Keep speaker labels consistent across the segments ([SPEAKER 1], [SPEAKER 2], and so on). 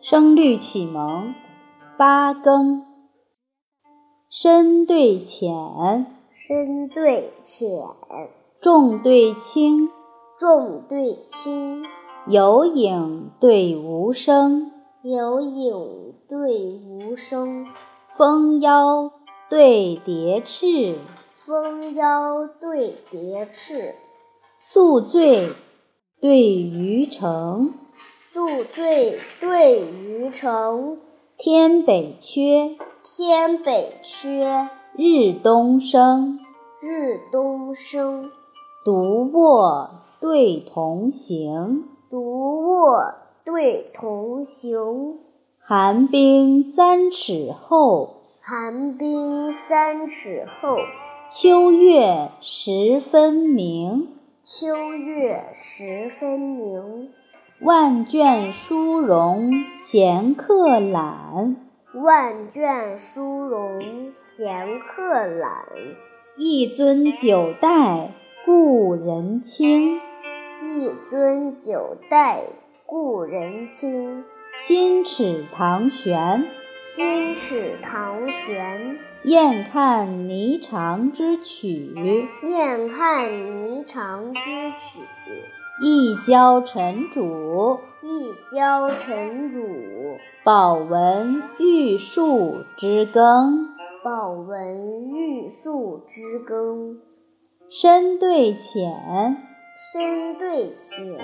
[SPEAKER 1] 声律启蒙八更，深对浅，
[SPEAKER 2] 深对浅，
[SPEAKER 1] 重对轻，
[SPEAKER 2] 重对轻，
[SPEAKER 1] 有影对无声，
[SPEAKER 2] 有影对无声，
[SPEAKER 1] 蜂腰对蝶翅，
[SPEAKER 2] 蜂腰对蝶翅，
[SPEAKER 1] 宿醉对渔城，
[SPEAKER 2] 宿醉对渔城，
[SPEAKER 1] 天北缺，
[SPEAKER 2] 天北缺，
[SPEAKER 1] 日东升，
[SPEAKER 2] 日东升，
[SPEAKER 1] 独卧对同行，
[SPEAKER 2] 独卧对同行，
[SPEAKER 1] 寒冰三尺厚，
[SPEAKER 2] 寒冰三尺厚，
[SPEAKER 1] 秋月十分明。
[SPEAKER 2] 秋月十分明。
[SPEAKER 1] 万卷书容闲客懒，
[SPEAKER 2] 万卷殊荣闲客懒，
[SPEAKER 1] 一樽酒代故人倾。
[SPEAKER 2] 一樽酒代故人倾。
[SPEAKER 1] 新齿堂悬，
[SPEAKER 2] 新齿堂悬，
[SPEAKER 1] 雁看霓裳之曲。
[SPEAKER 2] 雁看霓裳之曲。
[SPEAKER 1] 一教尘主，
[SPEAKER 2] 一教尘主，
[SPEAKER 1] 保闻玉树之耕。
[SPEAKER 2] 保闻玉树之耕。
[SPEAKER 1] 深对浅，
[SPEAKER 2] 深对浅，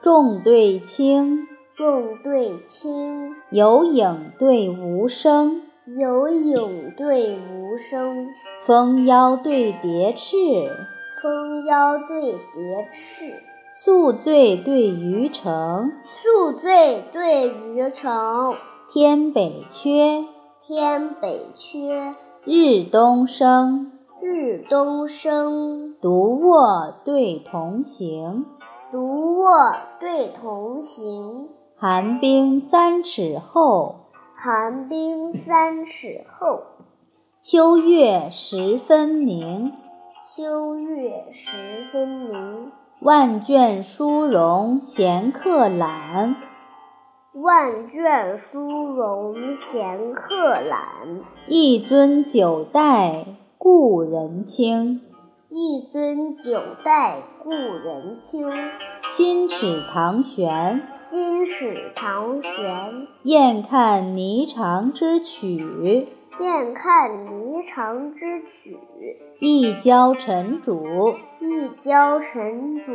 [SPEAKER 1] 重对轻，
[SPEAKER 2] 重对轻，
[SPEAKER 1] 有影对无声，
[SPEAKER 2] 有影对无声，
[SPEAKER 1] 蜂腰对蝶翅，
[SPEAKER 2] 蜂腰对蝶翅。
[SPEAKER 1] 宿醉对渔城。
[SPEAKER 2] 宿醉对渔城，
[SPEAKER 1] 天北缺，
[SPEAKER 2] 天北缺，
[SPEAKER 1] 日东升，
[SPEAKER 2] 日东升，
[SPEAKER 1] 独卧对同行。
[SPEAKER 2] 独卧对同行，
[SPEAKER 1] 寒冰三尺厚，
[SPEAKER 2] 寒冰三尺厚，
[SPEAKER 1] 秋月十分明。
[SPEAKER 2] 秋月十分明，
[SPEAKER 1] 万卷殊荣闲客懒，
[SPEAKER 2] 万卷殊荣闲客懒，
[SPEAKER 1] 一樽酒代故人倾。
[SPEAKER 2] 一樽酒代故人倾。
[SPEAKER 1] 新齿堂悬，
[SPEAKER 2] 新齿堂悬，
[SPEAKER 1] 雁看霓裳之曲。
[SPEAKER 2] 雁看霓裳之曲，
[SPEAKER 1] 一教尘主，
[SPEAKER 2] 一教尘主，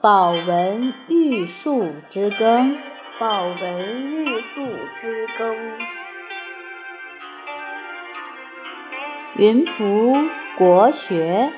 [SPEAKER 1] 保闻玉树之耕。
[SPEAKER 2] 保闻玉树之耕。
[SPEAKER 1] 云浦国学。